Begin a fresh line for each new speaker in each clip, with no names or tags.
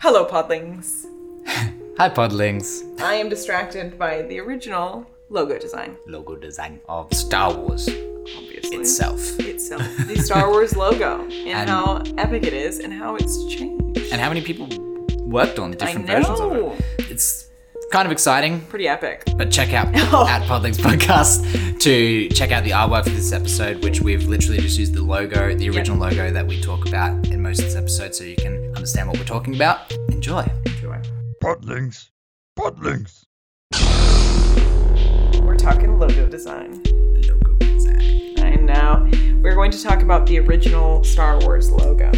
Hello, Podlings.
Hi, Podlings.
I am distracted by the original logo design,
Logo design of Star Wars
obviously.
itself.
Itself. The Star Wars logo, and,
And-
how epic it is, and how it's changed.
And how many people worked on
I
different versions of
know.
it? It's kind of exciting,
Pretty epic.
but check out
Oh.
at Podlings Podcast to check out the artwork for this episode, which we've literally just used the logo, the original logo that we talk about in most of this episode, so you can understand what we're talking about. Enjoy.
Enjoy.
Podlings. Podlings.
We're talking logo design.
Logo design.
I know. We're going to talk about the original Star Wars logo.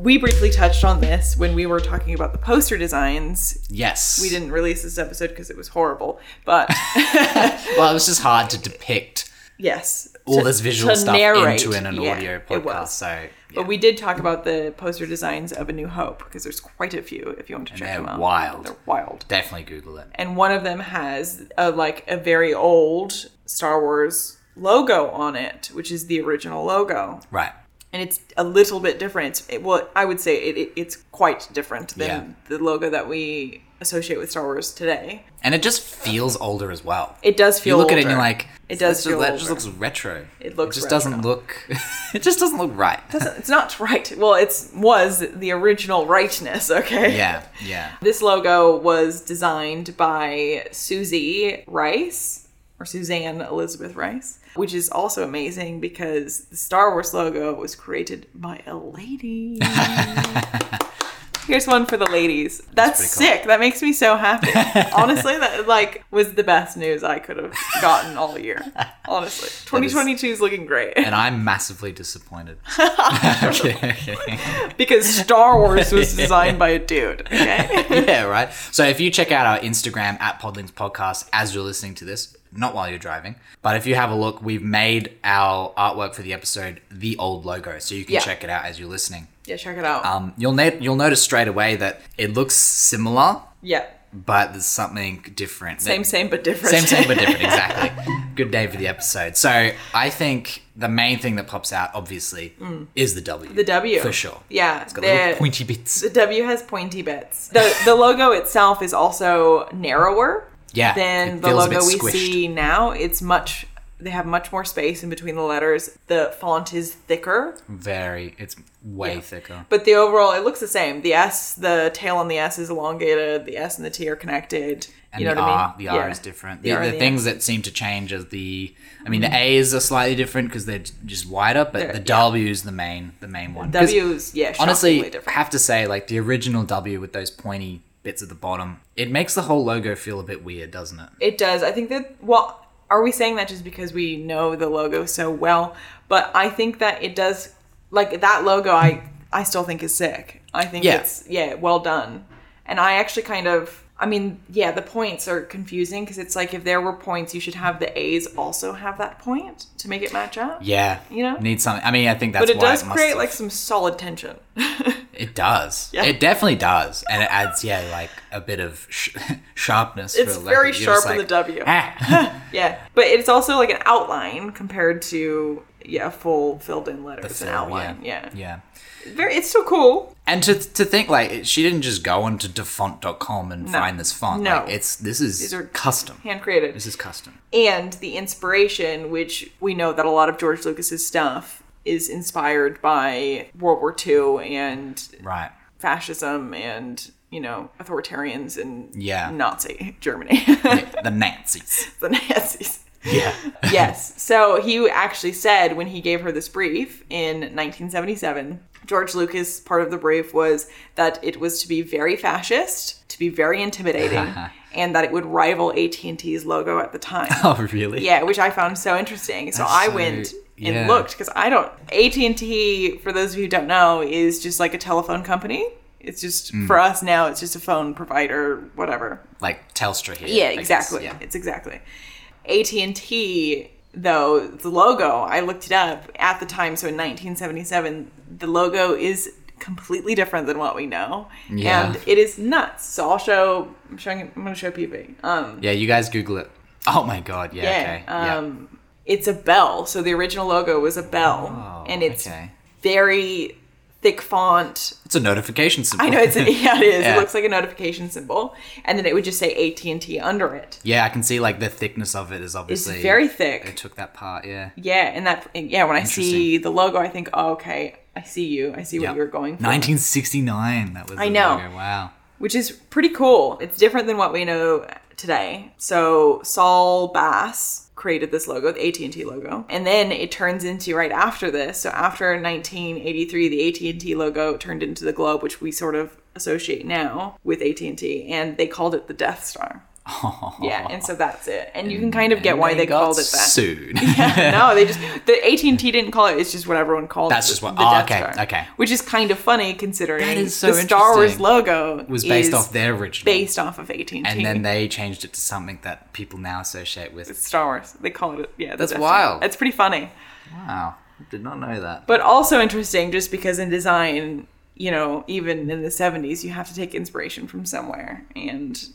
We briefly touched on this when we were talking about the poster designs.
Yes.
We didn't release this episode because it was horrible, but
Well, it was just hard to depict
yes,
all
to-
this visual
to
stuff
narrate.
into an, an
Yeah,
audio
It
podcast.
was.
So, yeah.
But we did talk about the poster designs of A New Hope because there's quite a few if you want to check
they're
them out.
wild.
They're wild.
definitely Google it.
And one of them has a, like a very old Star Wars logo on it, which is the original logo.
Right.
and it's a little bit different. It's- It, well, I would say it, it, it's quite different than
Yeah.
the logo that we associate with Star Wars today.
And it just feels older as well.
It does
you
feel.
look at it and
older.
you're like,
It does
That,
feel
just, that just
older.
looks retro.
It looks
It just
retro.
doesn't look. it just doesn't look right.
it's not right. Well, it's was the original rightness. Okay.
yeah. Yeah.
This logo was designed by Susie Rice or Suzanne Elizabeth Rice, which is also amazing because the Star Wars logo was created by a lady. Here's one for the ladies. That's,
pretty cool.
sick. That makes me so happy. Honestly, that like was the best news I could have gotten all year. Honestly, 2022 is looking great
And I'm massively disappointed. I'm kidding, I'm kidding.
because Star Wars was designed by a dude. Okay.
yeah, right. So if you check out our Instagram at Podlings Podcast as you're listening to this, not while you're driving, but if you have a look, we've made our artwork for the episode the old logo, so you can
Yeah.
check it out as you're listening.
Yeah, check it out.
Um, you'll na- you'll notice straight away that it looks similar,
yeah.
but there's something different.
Same, same, but different.
Same, same, but different. Exactly. Good name for the episode. So I think the main thing that pops out, obviously, is the W.
Mm. The W.
For sure.
Yeah.
It's got
the,
little pointy bits.
the W has pointy bits. The the logo itself is also narrower
Yeah.
than
it
the
feels a bit
logo we
squished.
see now. It's much they have much more space in between the letters. The font is thicker,
Very. It's way thicker.
but the overall it looks the same. The S, the tail on the S is elongated. The S and the T are connected.
And
you know
the
what
R,
I mean?
the R
Yeah.
is different.
The
The,
R
the
and the Mm.
things that seem to change is the, I mean, the A's are slightly different because they're j- just wider, but
They're-
the
yeah.
W is the main, the main one. 'Cause
W's yeah,
honestly,
shockingly
I
different.
have to say, like the original W with those pointy bits at the bottom, it makes the whole logo feel a bit weird, doesn't it?
It does. I think that, well, are we saying that just because we know the logo so well? But I think that it does, like, that logo I, I still think is sick. I think
Yeah.
it's, yeah, well done. And I actually kind of, I mean, yeah, the points are confusing because it's like if there were points, you should have the A's also have that point to make it match up.
Yeah.
You know?
Need something. I mean, I think that's
But it
why
does
it must
create
have-
like some solid tension.
It does.
Yeah.
It definitely does, and it adds yeah, like a bit of sh- sharpness.
It's
for a
very
leopard. You're
sharp
just
in the W.
"Ah."
yeah, but it's also like an outline compared to yeah, full filled in letters and
So,
outline. Yeah,
Yeah.
very. It's so cool.
And to to think like it- she didn't just go onto defont.com and find this font.
No.
Like, it's this is
These are-
custom.
hand created
This is custom.
and the inspiration which we know that a lot of george lucas's stuff is inspired by world war ii and
Right.
fascism and you know authoritarians and
Yeah.
nazi germany
the Nazis.
the nazis
Yeah.
yes. So he actually said when he gave her this brief in 1977, George Lucas, part of the brief was that it was to be very fascist, to be very intimidating, and that it would rival AT&T's logo at the time.
oh really?
Yeah, which I found so interesting. So I
so-
went and
yeah.
looked because I don't AT and T. For those of you who don't know, is just like a telephone company. It's just
Mm.
for us now. It's just a phone provider, whatever.
Like Telstra here.
Yeah,
I guess.
exactly.
Yeah.
It's exactly. AT and T though the logo I looked it up at the time. So in 1977, the logo is completely different than what we know,
Yeah.
and it is nuts. So I'll show. I'm showing. I'm going to show PB. Um,
Yeah, you guys Google it. Oh my god. Yeah.
Yeah,
okay. Yeah.
um, it's a bell. So the original logo was a bell,
Oh,
and it's
okay.
very thick font.
It's a notification symbol.
I know it's a, yeah, it is.
Yeah.
It looks like a notification symbol, and then it would just say AT and T under it.
yeah, I can see like the thickness of it is
It's
obviously
very thick.
They took that part. Yeah.
Yeah, and that and yeah, when I see the logo, I think, oh, okay, I see you. I see what
Yep.
you're going for.
1969. That was.
I
the
know.
logo, Wow.
which is pretty cool. It's different than what we know today. So Saul Bass created this logo, the AT&T logo, and then it turns into right after this. So after 1983, the AT&T logo turned into the globe, which we sort of associate now with AT&T, and they called it the Death Star. Yeah, and so that's it. And you can kind of get why they,
got
called it that.
Sued.
no, they just the AT and T didn't call it. It's just what everyone called.
That's
it,
just what-
the
oh,
Death
okay,
Star.
okay.
Which is kind of funny considering
That is so
the Star Wars
interesting.
logo
was based
is
off their original.
based off of AT and T,
and then they changed it to something that people now associate with.
Star Wars. They call it yeah. the
That's
Death Star.
wild.
It's pretty funny,
Wow, did not know that.
but also interesting just because in design, you know, even in the seventies, you have to take inspiration from somewhere, and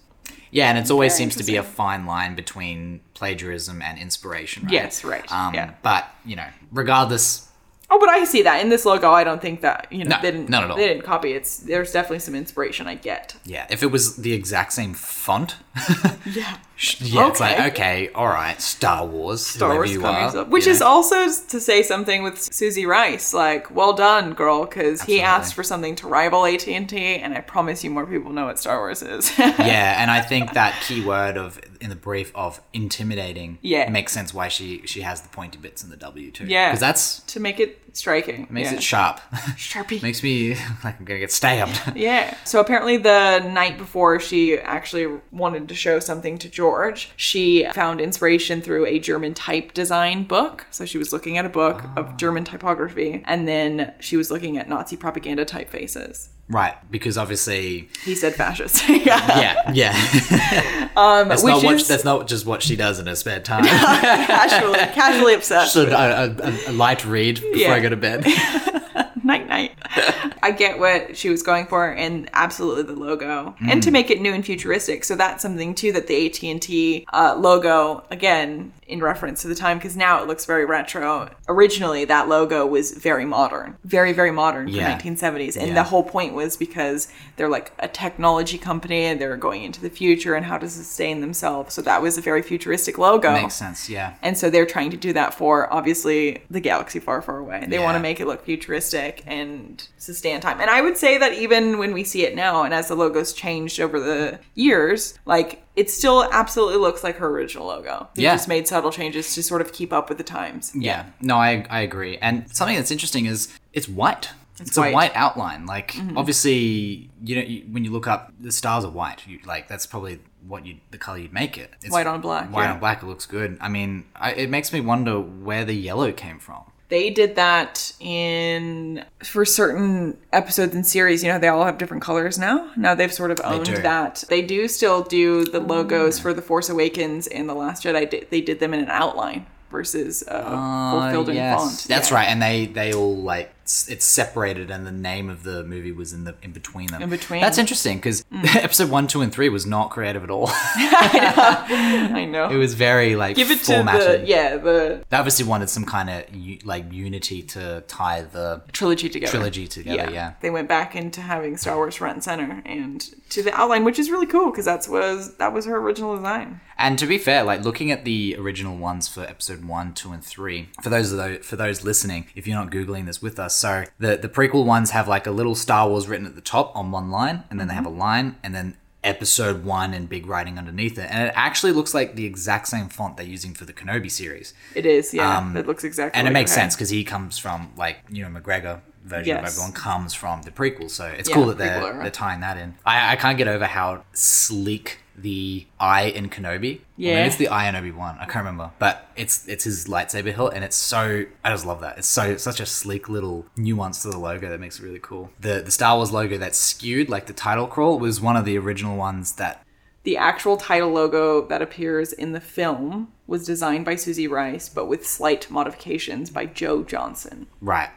Yeah, and it always seems to be a fine line between plagiarism and inspiration, right?
Yes, right,
Um,
yeah.
But, you know, regardless,
Oh, but I see that in this logo. I don't think that you know
No,
they didn't
not at all.
they didn't copy. it. It's there's definitely some inspiration I get.
yeah, if it was the exact same font,
Yeah,
yeah, it's like, okay, all right, Star Wars,
Star
whoever
Wars
you
comics
are.
up. Which
you
is
know.
also to say something with Susie Rice, like, well done, girl, because he
Absolutely.
asked for something to rival AT and T, and I promise you, more people know what Star Wars is.
yeah, and I think that key word of in the brief of intimidating
Yeah.
makes sense why she she has the pointy bits in the W too.
Yeah.
because that's
to make it striking,
makes
yeah.
it sharp.
sharpie.
makes me like I'm gonna get stabbed.
yeah. So apparently, the night before she actually wanted to show something to George, she found inspiration through a German type design book. So she was looking at a book of German typography, and then she was looking at Nazi propaganda typefaces.
right, because obviously,
He said fascist. yeah.
yeah, yeah. Um, that's
which
not what
is-
that's not just what she does in her spare time.
casually, casually obsessed.
Just a, a, a- a light read before
Yeah.
I go to bed.
night, night. I get what she was going for, and absolutely the logo, and
Hmm.
to make it new and futuristic. So that's something too that the AT and T uh, logo, again, in reference to the time, because now it looks very retro. Originally, that logo was very modern, very, very modern
Yeah.
for 1970s, and
Yeah.
the whole point was because they're like a technology company and they're going into the future and how to sustain themselves. So that was a very futuristic logo.
Makes sense. Yeah.
And so they're trying to do that for obviously the galaxy far, far away. They
Yeah.
want to make it look futuristic and sustain time. And I would say that even when we see it now, and as the logo's changed over the years, like it still absolutely looks like her original logo. They
Yeah.
just made subtle changes to sort of keep up with the times.
Yeah. No, I I agree. And something that's interesting is it's white. It's,
white. Mm-hmm.
a white outline. Like obviously, you know, you, when you look up, the stars are white. You, like that's probably what you the color you'd make it. It's
White on black,
White
yeah.
on black. It looks good. I mean, I, it makes me wonder where the yellow came from.
They did that in for certain episodes and series. You know, they all have different colors now. Now they've sort of owned
do.
that. They do still do the logos for the Force Awakens and the Last Jedi. Di- They did them in an outline versus a
Uh,
fulfilled in
yes.
font.
That's
Yeah.
right. And they they all like s- it's separated, and the name of the movie was in the in between them.
In between. Mm.
That's interesting because episode one, two, and three was not creative at all.
I know.
it was very like
Give it to
formatted.
the yeah the
They obviously wanted some kind of u- like unity to tie the
trilogy together.
trilogy together. Yeah.
They went back into having Star Wars front and center and to the outline, which is really cool because that's was that was her original design.
And to be fair, like looking at the original ones for episode one, two, and three, for those of those, for those listening, if you're not googling this with us, so the the prequel ones have like a little Star Wars written at the top on one line, and then they have a line, and then episode one in big writing underneath it, and it actually looks like the exact same font they're using for the Kenobi series.
It is yeah. it looks exactly
Um, and it
like
makes
her.
sense because he comes from like you know McGregor version of
Yes.
everyone comes from the prequel, so it's
Yeah,
cool that they're
prequel era.
they're tying that in. I, I can't get over how sleek the eye in Kenobi. Or
Yeah.
maybe it's the eye in Obi Wan. I can't remember, but it's it's his lightsaber hilt, and it's so I just love that. It's so such a sleek little nuance to the logo that makes it really cool. The the Star Wars logo that's skewed like the title crawl was one of the original ones that
The actual title logo that appears in the film was designed by Susie Rice, but with slight modifications by Joe Johnson.
right.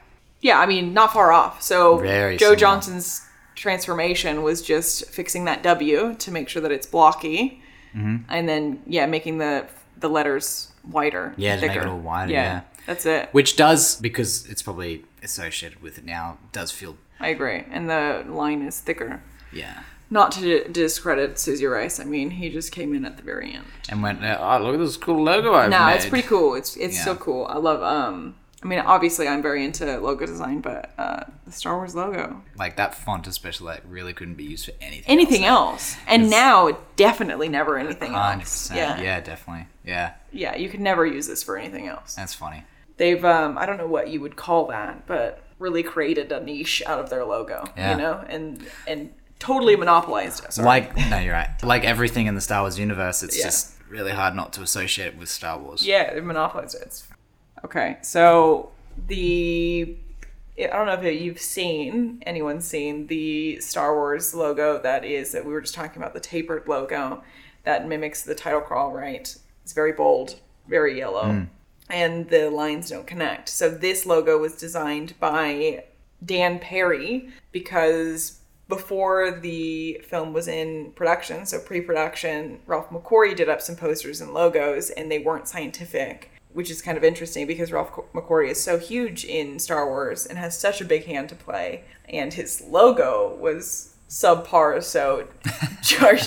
Yeah, I mean, not far off. So
Very
Joe
similar.
Johnson's transformation was just fixing that W to make sure that it's blocky,
Mm-hmm.
and then yeah, making the the letters wider,
Yeah, to
thicker.
make it all wider. Yeah.
That's it.
which does because it's probably associated with it now does feel
I agree. And the line is thicker.
yeah
Not to discredit Susie Rice. I mean, he just came in at the very end.
and went uh, oh look at this cool logo I've
No,
made.
it's pretty cool. It's it's
Yeah.
so cool. I love. Um, I mean, obviously, I'm very into logo design, but uh, the Star Wars logo,
like that font especially like really couldn't be used for anything
anything else, and now definitely never anything
Hundred
else.
percent.
Yeah.
Yeah.
yeah,
definitely. Yeah,
You could never use this for anything else.
that's funny.
They've, um, I don't know what you would call that, but really created a niche out of their logo.
Yeah. Mm.
You know, and and totally monopolized it. Sorry.
Like, no, you're right. Like everything in the Star Wars universe, it's
Yeah.
just really hard not to associate it with Star Wars.
Yeah, it monopolized it. It's- Okay, so the I don't know if you've seen anyone's seen the Star Wars logo that is that we were just talking about the tapered logo that mimics the title crawl. Right, it's very bold, very yellow, and the lines don't connect. So this logo was designed by Dan Perry because before the film was in production, so pre production, Ralph McQuarrie did up some posters and logos, and they weren't scientific, which is kind of interesting because Ralph Co- McQuarrie is so huge in Star Wars and has such a big hand to play, and his logo was subpar, so George.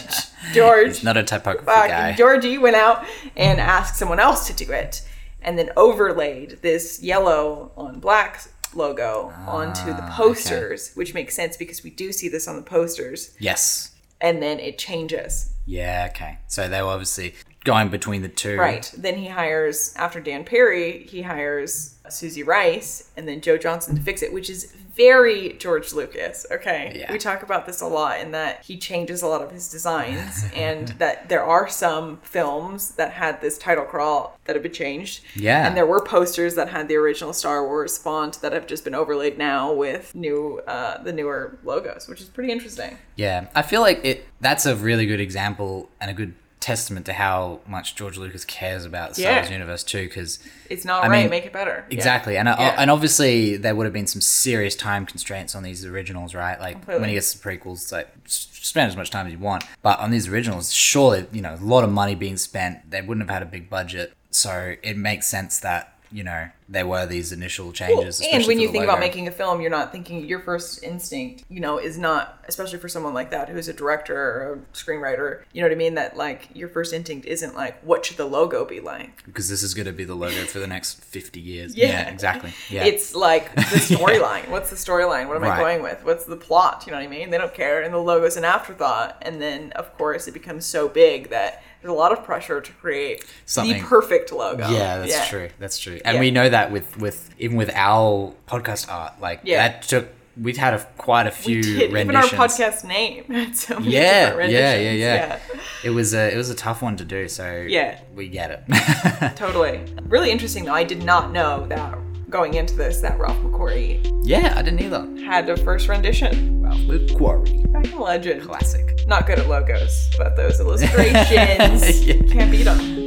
George
It's not a typography
back,
guy.
and Georgie went out and asked someone else to do it, and then overlaid this yellow on black logo onto
Ah,
the posters, which makes sense because we do see this on the posters,
yes.
and then it changes.
Yeah. Okay. So they were obviously going between the two.
Right. Then he hires after Dan Perry, he hires Susie Rice and then Joe Johnson to fix it, which is very George Lucas. Okay.
Yeah.
We talk about this a lot in that he changes a lot of his designs and that there are some films that had this title crawl that have been changed.
Yeah.
And there were posters that had the original Star Wars font that have just been overlaid now with new uh, the newer logos, which is pretty interesting.
Yeah. I feel like it. That's a really good example and a good testament to how much George Lucas cares about the Star
Yeah.
Wars universe too, because.
It's not
I
right,
mean,
make it better. Yeah.
Exactly, and uh,
Yeah.
and obviously there would have been some serious time constraints on these originals, right? Like when
Completely.
he gets the prequels, like s- spend as much time as you want. But on these originals, surely you know a lot of money being spent. They wouldn't have had a big budget, so it makes sense that you know there were these initial changes.
and
especially
when
for
you
the
think about
logo.
making a film, you're not thinking your first instinct, you know, is not especially for someone like that who's a director or a screenwriter. You know what I mean? That like your first instinct isn't like what should the logo be like.
because this is going to be the logo for the next fifty years.
Yeah.
Yeah, exactly. Yeah,
It's like the storyline. What's the storyline? What am I
Right.
going with? What's the plot? You know what I mean? They don't care, and the logo's an afterthought. And then of course it becomes so big that there's a lot of pressure to create
Something-
the perfect logo.
Yeah, that's true. That's true. And
Yeah.
we know that with with even with our podcast art, like
Yeah.
that took. We've had a, quite a few
We did, even our
renditions.
podcast name had so many
Yeah,
different
yeah, yeah,
renditions.
yeah.
yeah.
It was a it was a tough one to do, so
Yeah.
we get it.
Totally. Really interesting though. I did not know that going into this that Ralph McQuarrie
yeah, I didn't either.
had a first rendition.
Ralph McQuarrie,
Back in legend.
classic.
Not good at logos, but those illustrations
Yeah.
can't beat them.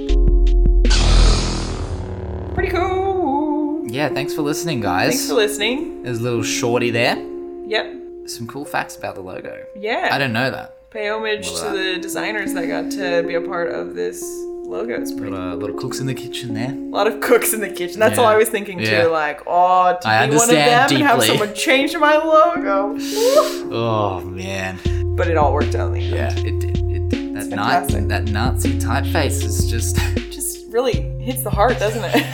Pretty cool.
Yeah, thanks for listening, guys.
Thanks for listening.
There's a little shorty there.
Yep.
Some cool facts about the logo.
Yeah.
I don't know that.
Pay homage to
Well, uh,
the designers that got to be a part of this logo. It's pretty.
Little, uh, little cooks in the kitchen there.
A lot of cooks in the kitchen. That's all
Yeah.
I was thinking
Yeah.
too. Like, oh, to
I
be one of them
understand
and have
deeply.
someone change my logo.
Oh man.
but it all worked out in the end.
Yeah, it did. It did. That Nazi,
fantastic.
that Nazi typeface is just.
Just really hits the heart, doesn't it?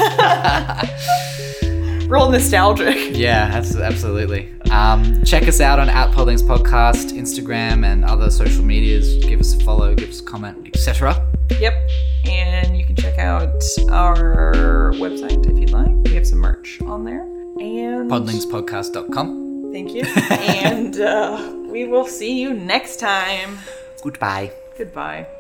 Real nostalgic.
Yeah, abs- absolutely. Um, check us out on Out Podlings Podcast, Instagram, and other social medias. Give us a follow, give us a comment, etc.
Yep. And you can check out our website if you'd like. We have some merch on there. And
Podlingspodcast.com.
Thank you. and uh, we will see you next time.
Goodbye.
Goodbye.